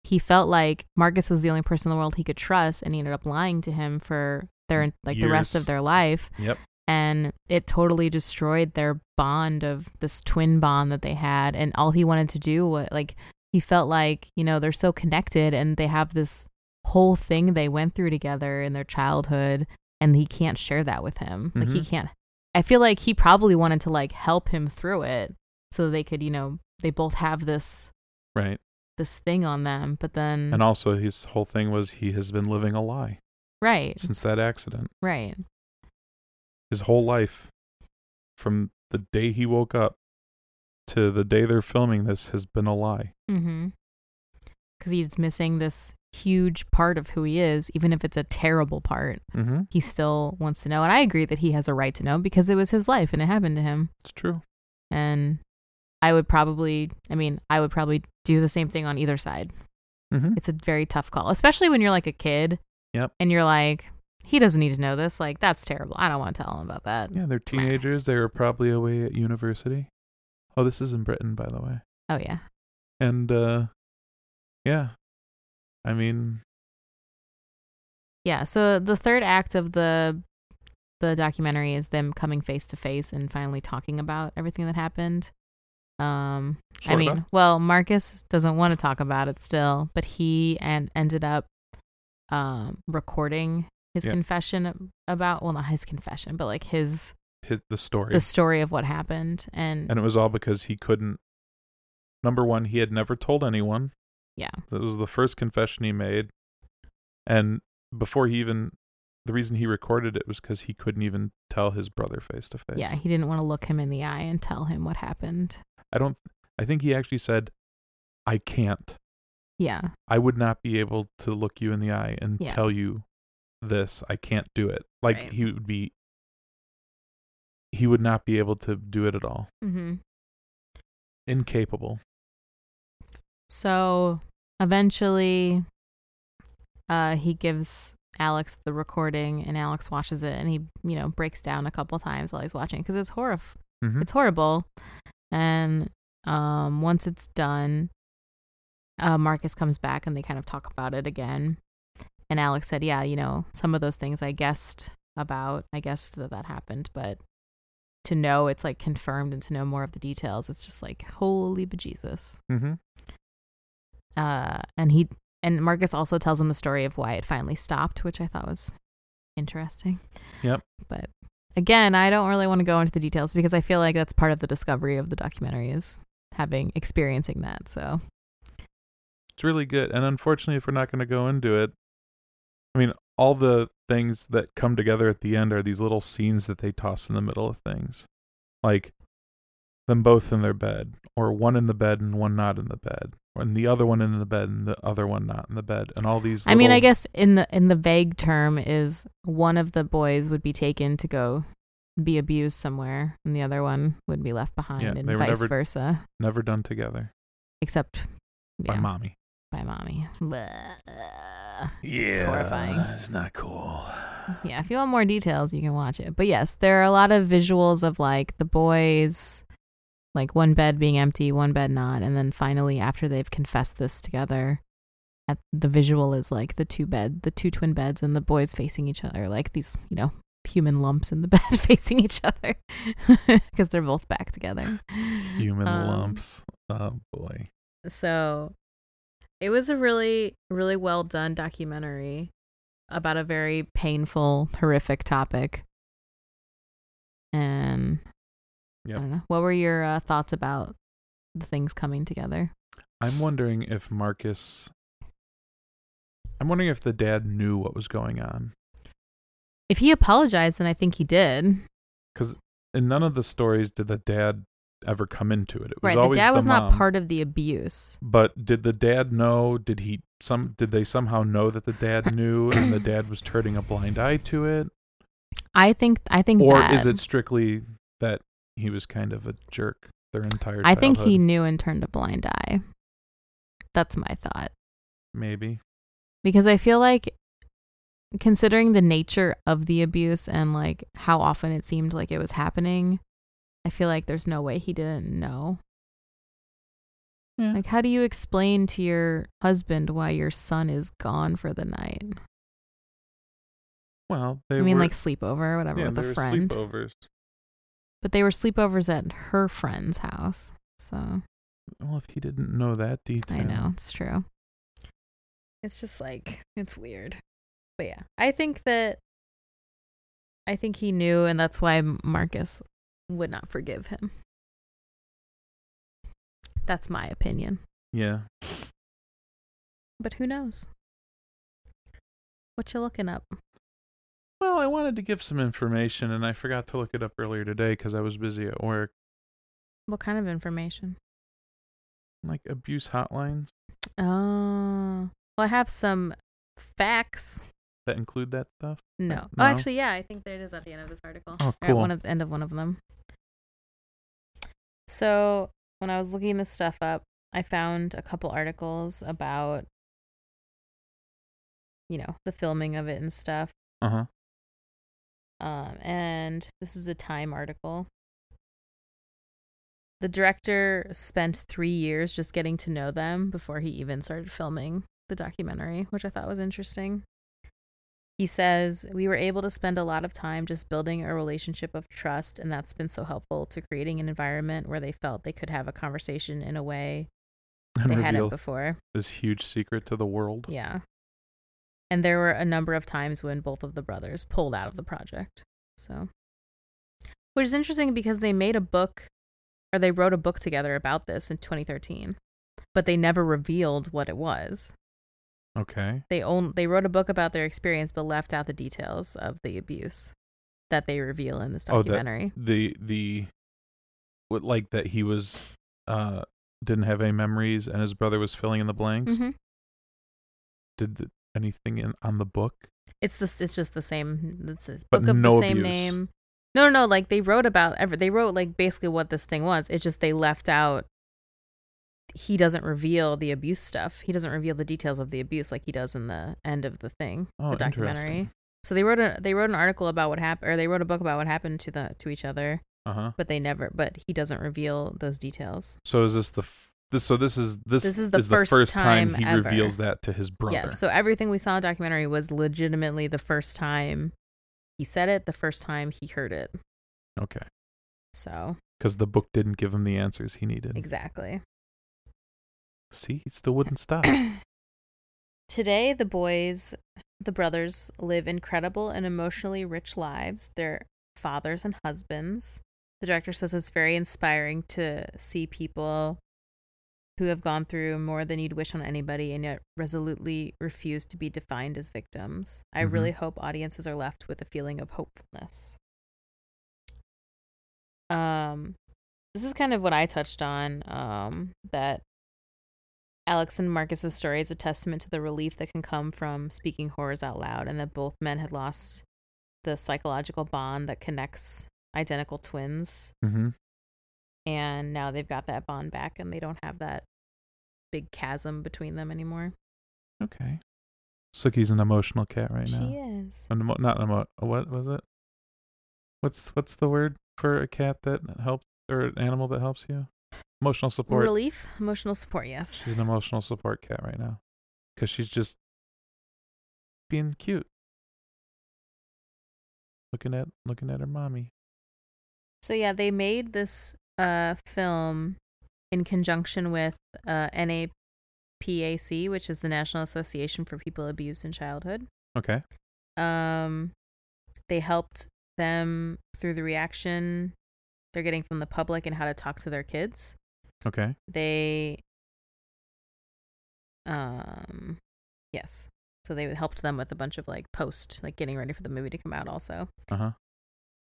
he felt like Marcus was the only person in the world he could trust, and he ended up lying to him for their like the rest
Years.
of their life.
yep.
and it totally destroyed their bond of this twin bond that they had and all he wanted to do was like he felt like you know they're so connected and they have this whole thing they went through together in their childhood and he can't share that with him like he
Mhm.
can't i feel like he probably wanted to like help him through it so they could you know they both have this
Right.
this thing on them but then
And also his whole thing was he has been living a lie
right
since that accident.
right
his whole life from the day he woke up to the day they're filming this has been a lie.
Mm-hmm. Because he's missing this huge part of who he is, even if it's a terrible part.
Mm-hmm.
He still wants to know, and I agree that he has a right to know because it was his life and it happened to him.
It's true.
And I would probably, I mean, I would probably do the same thing on either side.
Mm-hmm.
It's a very tough call, especially when you're like a kid.
Yep.
And you're like, he doesn't need to know this. Like, that's terrible. I don't want to tell him about that.
Yeah, they're teenagers. They were probably away at university. Oh, this is in Britain, by the way.
Oh, yeah.
And uh yeah, I mean,
Yeah, so the third act of the the documentary is them coming face to face and finally talking about everything that happened. Um I
Sorta.
mean, well, Marcus doesn't want to talk about it still, but he and ended up um recording his
Yeah.
confession about well, not his confession, but like his
hit the story,
the story of what happened and,
and it was all because he couldn't. Number one, he had never told anyone.
yeah.
That was the first confession he made. And before he even, the reason he recorded it was because he couldn't even tell his brother face to face.
Yeah, he didn't want to look him in the eye and tell him what happened.
I don't, I think he actually said, I can't.
Yeah.
I would not be able to look you in the eye and
Yeah.
tell you this. I can't do it. Like
Right.
he would be, he would not be able to do it at all.
Mhm.
Incapable.
So eventually, uh, he gives Alex the recording, and Alex watches it, and he you know breaks down a couple times while he's watching because it's horrif-
Mhm.
it's horrible. And um, once it's done, uh, Marcus comes back, and they kind of talk about it again. And Alex said, "Yeah, you know, some of those things I guessed about. I guessed that that happened, but." To know it's like confirmed and to know more of the details, it's just like holy bejesus
Mm-hmm.
uh, and he and Marcus also tells him the story of why it finally stopped, which I thought was interesting.
Yep.
But again, I don't really want to go into the details because I feel like that's part of the discovery of the documentary is having experiencing that. So
It's really good. And unfortunately, if we're not going to go into it, I mean, all the things that come together at the end are these little scenes that they toss in the middle of things. Like them both in their bed, or one in the bed and one not in the bed, or and the other one in the bed and the other one not in the bed, and all these.
I mean, I
little-
guess in the in the vague term is one of the boys would be taken to go be abused somewhere, and the other one would be left behind,
Yeah,
and
they were
vice
never-
versa,
never done together
except
by
yeah,
mommy.
by mommy. Bleh. It's horrifying.
It's not cool.
Yeah, if you want more details, you can watch it. But yes, there are a lot of visuals of like the boys, like one bed being empty, one bed not. And then finally, after they've confessed this together, at, the visual is like the two bed, the two twin beds, and the boys facing each other, like these, you know, human lumps in the bed facing each other because they're both back together.
Human
Um,
lumps. Oh boy.
So it was a really, really well done documentary.
about a very painful, horrific topic. And Um, I
Yep.
don't know. What were your uh, thoughts about the things coming together?
I'm wondering if Marcus. I'm wondering if the dad knew what was going on.
If he apologized, then I think he did.
In none of the stories did the dad ever come into it. It was
Right. The
always
dad was not
mom.
part of the abuse.
But did the dad know? Did he some? Did they somehow know that the dad knew, and the dad was turning a blind eye to it,
I think. I think.
or
that-
is it strictly that he was kind of a jerk their entire?
I think he
childhood?
knew and turned a blind eye. That's my thought.
maybe.
because I feel like considering the nature of the abuse and like how often it seemed like it was happening, I feel like there's no way he didn't know.
Yeah.
Like how do you explain to your husband why your son is gone for the night?
Well, they
I mean
were,
like sleepover or whatever
yeah,
with
they
a
were
friend.
sleepovers.
But they were sleepovers at her friend's house. So
Well, if he didn't know that detail,
I know it's true.
It's just like it's weird. But yeah, I think that
I think he knew and that's why Marcus would not forgive him. That's my opinion.
Yeah,
But who knows? What you looking up?
Well, I wanted to give some information, and I forgot to look it up earlier today because I was busy at work.
What kind of information?
Like abuse hotlines
Oh, well, I have some facts.
that include that stuff.
No.
No.
Oh, actually, yeah, I think there it is at the end of this article.
Oh,
Or at
cool.
one of the end of one of them. So when I was looking this stuff up, I found a couple articles about, you know, the filming of it and stuff.
Uh huh.
Um, and this is a Time article. The director spent three years just getting to know them before he even started filming the documentary, which I thought was interesting. He says, We were able to spend a lot of time just building a relationship of trust, and that's been so helpful to creating an environment where they felt they could have a conversation in a way
And
they hadn't
reveal
before.
this huge secret to the world.
Yeah. And there were a number of times when both of the brothers pulled out of the project. So, which is interesting because they made a book or they wrote a book together about this in 2013, but they never revealed what it was.
Okay.
They own they wrote a book about their experience but left out the details of the abuse that they reveal in this
Oh, that-
documentary.
The the what like that he was uh didn't have any memories, and his brother was filling in the blanks.
mm-hmm.
Did the, anything in on the book?
It's this. It's just the same. It's a
But
book of
no
the same
abuse.
name. No, no, no. Like they wrote about every. They wrote like basically what this thing was. It's just they left out. He doesn't reveal the abuse stuff. He doesn't reveal the details of the abuse like he does in the end of the thing,
Oh,
the documentary. So they wrote a they wrote an article about what happened, or they wrote a book about what happened to the to each other,
Uh huh.
but they never. But he doesn't reveal those details.
So is this the f- this? So this is this.
This is the first
time,
time
he
ever.
reveals that to his brother.
Yes. So everything we saw in the documentary was legitimately the first time he said it, the first time he heard it.
Okay.
So
Because the book didn't give him the answers he needed.
Exactly.
See, he still wouldn't stop.
Today, the boys, the brothers, live incredible and emotionally rich lives. They're fathers and husbands. The director says it's very inspiring to see people who have gone through more than you'd wish on anybody and yet resolutely refuse to be defined as victims. I
Mhm.
really hope audiences are left with a feeling of hopefulness. Um, this is kind of what I touched on um, that Alex and Marcus's story is a testament to the relief that can come from speaking horrors out loud and that both men had lost the psychological bond that connects identical twins
mm-hmm.
and now they've got that bond back and they don't have that big chasm between them anymore.
Okay. Suki's an emotional cat right now.
is.
An emo- not an emo- what was it? What's what's the word for a cat that helps or an animal that helps you? Emotional support.
Relief, emotional support, yes.
She's an emotional support cat right now because she's just being cute, looking at looking at her mommy.
So yeah, they made this uh film in conjunction with uh NAPAC, which is the National Association for People Abused in Childhood.
Okay.
um they helped them through the reaction they're getting from the public and how to talk to their kids
Okay.
they um yes so they helped them with a bunch of like post like getting ready for the movie to come out also
Uh-huh.
uh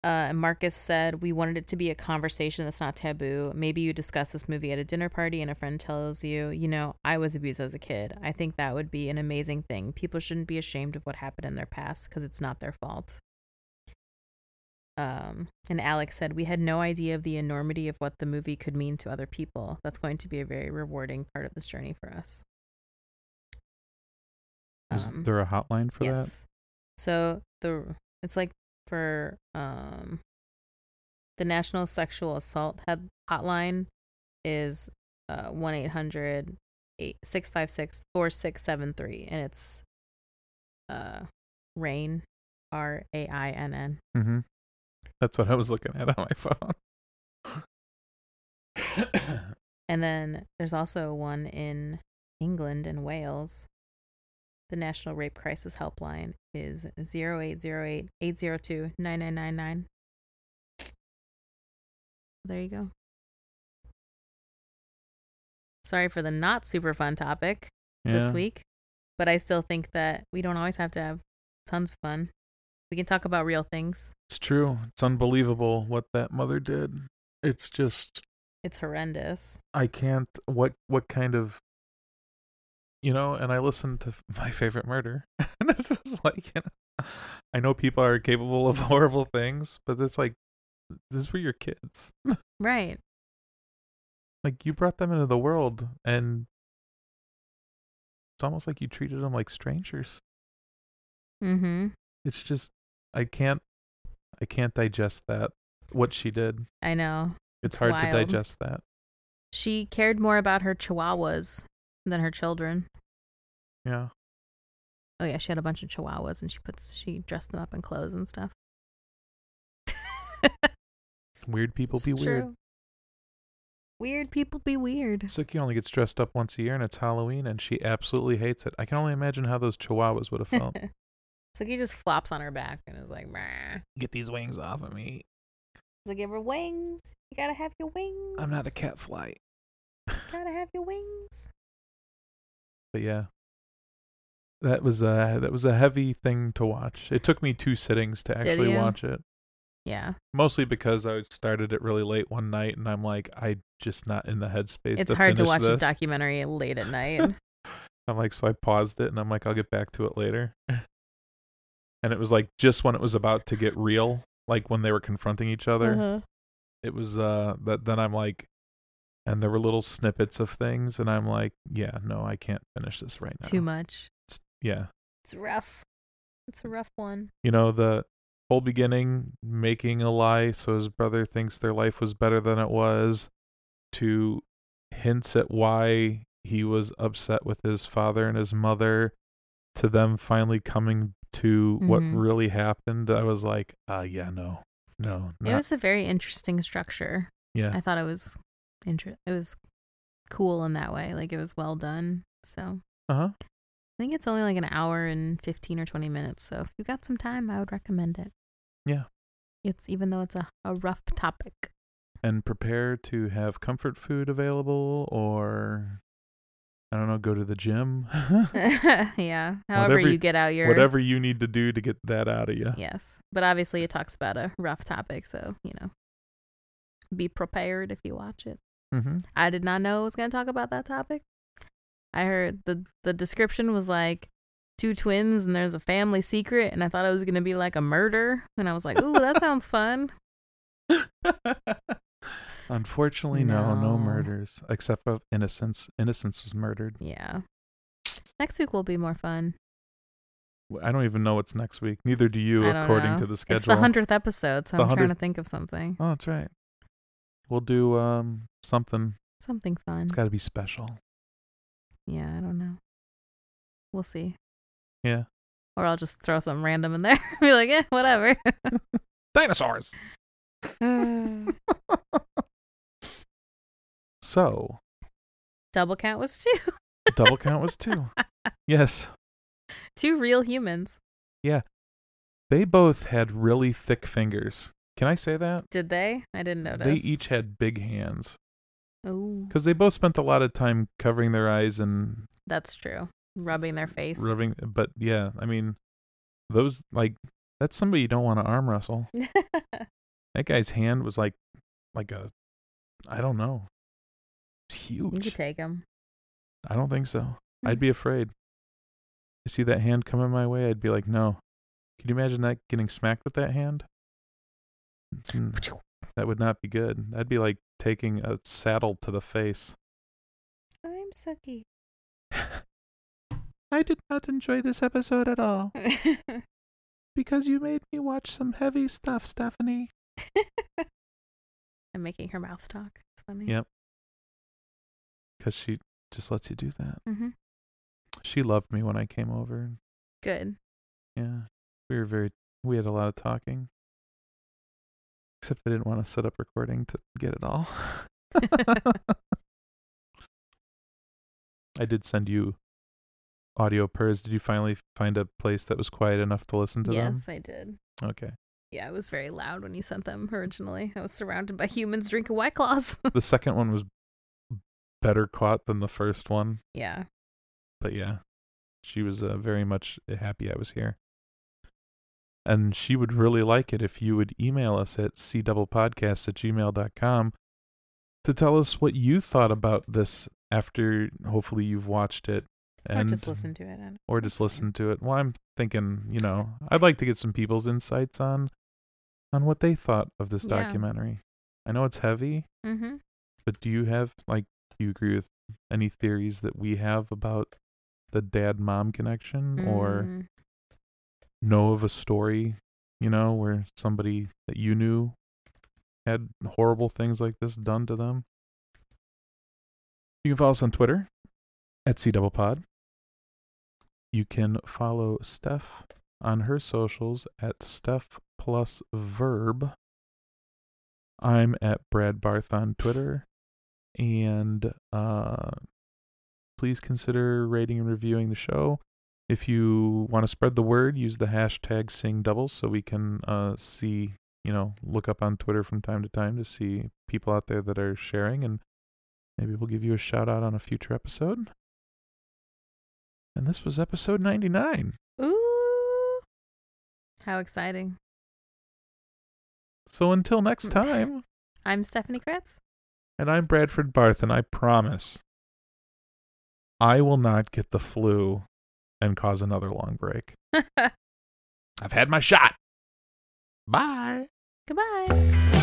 and marcus said we wanted it to be a conversation that's not taboo maybe you discuss this movie at a dinner party and a friend tells you you know i was abused as a kid i think that would be an amazing thing people shouldn't be ashamed of what happened in their past because it's not their fault um, and Alex said, We had no idea of the enormity of what the movie could mean to other people. That's going to be a very rewarding part of this journey for us.
Is
Um,
there a hotline for
yes. So the it's like for um the National Sexual Assault head hotline is uh 1-800 656 4673 and it's uh rain r a i n n
that? Mm-hmm. That's what I was looking at on my phone.
And then there's also one in England and Wales. The National Rape Crisis Helpline is 0808 802 9999. There you go. Sorry for the not super fun topic this
Yeah.
week, but I still think that we don't always have to have tons of fun. We can talk about real things.
It's true. It's unbelievable what that mother did. It's just
It's horrendous.
I can't what what kind of you know, and I listen to f- my favorite murder. and it's just like you know, I know people are capable of horrible things, but it's like this were your kids.
Right.
like you brought them into the world and it's almost like you treated them like strangers.
Mm hmm.
It's just I can't I can't digest that what she did.
I know.
It's,
It's
hard to
wild.
digest that.
She cared more about her chihuahuas than her children.
Yeah.
Oh yeah, she had a bunch of chihuahuas and she puts she dressed them up in clothes and stuff.
Weird people
It's
be weird.
true. Weird people be weird.
Suki only gets dressed up once a year and it's Halloween and she absolutely hates it. I can only imagine how those chihuahuas would have felt.
So he just flops on her back and is like, "Meh."
Get these wings off of me.
So give her wings. You gotta have your wings.
cat fly.
You gotta have your wings.
But yeah. That was a that was a heavy thing to watch. It took me two sittings to actually
you?
watch it.
Yeah,
Mostly because I started it really late one night and I'm like I just not in the headspace
it's
to
hard to
finish
watch a
this.
documentary late at night.
I'm like, so I paused it and I'm like, I'll get back to it later. and it was like just when it was about to get real, like when they were confronting each other,
Uh-huh.
it was uh that then I'm like and there were little snippets of things and I'm like, yeah, no, I can't finish this right now.
Too much.
It's- yeah.
It's rough. It's a rough one.
You know, the whole beginning making a lie so his brother thinks their life was better than it was to hints at why he was upset with his father and his mother to them finally coming to what
Mm-hmm.
Mhm.
really happened. I was like, uh yeah, no. No.
It
Not,
was a very interesting structure.
yeah.
I thought it was inter- it was cool in that way. Like it was well done. So
Uh-huh.
I think it's only like an hour and 15 or 20 minutes. So if you got some time, I would recommend it.
Yeah.
It's even though it's a, a rough topic.
and prepare to have comfort food available or I don't know, go to the gym.
yeah. However
Whatever-
you get out your
Whatever you need to do to get that out of you.
Yes. But obviously it talks about a rough topic, so, you know. Be prepared if you watch it.
Mm-hmm.
I did not know it was going to talk about that topic. I heard the the description was like two twins and there's a family secret, and I thought it was going to be like a murder, and I was like, "Ooh, that sounds fun."
Mm-hmm. Unfortunately, no. no,
No.
murders except of innocence. Innocence was murdered.
Yeah. Next week will be more fun.
W- I don't even know what's next week. Neither do you,
I don't
according
know.
to the schedule.
It's the hundredth episode, so
The
I'm
100th
trying to think of something,
oh, that's right. We'll do um something.
something fun.
It's got to be special.
Yeah, I don't know. We'll see.
Yeah.
Or I'll just throw some random in there. be like, eh, whatever.
Dinosaurs. So
Double count was two.
double count was two. Yes.
Two real humans.
They both had really thick fingers. Can I say that?
Did they? I didn't notice.
They each had big hands
Oh,
because they both spent a lot of time covering their eyes and
that's true. Rubbing their face.
rubbing. But yeah, I mean, those like that's somebody you don't want to arm wrestle. That guy's hand was like, like a, I don't know, it's
you could
huge.
take them.
I don't think so. I'd be afraid. I see that hand coming my way. I'd be like, no. Can you imagine that getting smacked with that hand? Mm, That would not be good. That'd be like taking a saddle to the face.
I'm sucky.
I did not enjoy this episode at all because you made me watch some heavy stuff, Stephanie.
I'm making her mouth talk. It's funny.
Yeah. Because she just lets you do that.
Mm-hmm.
She loved me when I came over.
Good.
Yeah. We were very, we had a lot of talking. Except I didn't want to set up recording to get it all. I did send you audio purrs. Did you finally find a place that was quiet enough to listen to
Yes, I did.
them? Okay.
Yeah, I was very loud when you sent them originally. I was surrounded by humans drinking white claws.
The second one was better caught than the first one.
yeah.
but yeah, she was uh, very much happy I was here. And she would really like it if you would email us at cdoublepodcast at gmail.com to tell us what you thought about this after hopefully you've watched it.
or
And,
just listen to it. I don't-
Or just
that's fine.
listen to it. Well, I'm thinking, you know, I'd like to get some people's insights on on what they thought of this
Yeah.
documentary. I know it's heavy,
Mm-hmm.
but do you have like do you agree with any theories that we have about the dad mom connection
Mm-hmm.
or know of a story, you know, where somebody that you knew had horrible things like this done to them? You can follow us on Twitter at C Double Pod. You can follow Steph on her socials at Steph plus Verb. I'm at Brad Barth on Twitter. And uh, please consider rating and reviewing the show. If you want to spread the word, use the hashtag SingDoubles so we can uh, see, you know, look up on Twitter from time to time to see people out there that are sharing. And maybe we'll give you a shout out on a future episode. And this was episode 99.
Ooh. How exciting.
So until next time,
I'm Stephanie Kratz.
and I'm Bradford Barth, and I promise I will not get the flu and cause another long break. I've had my shot. Bye.
Goodbye.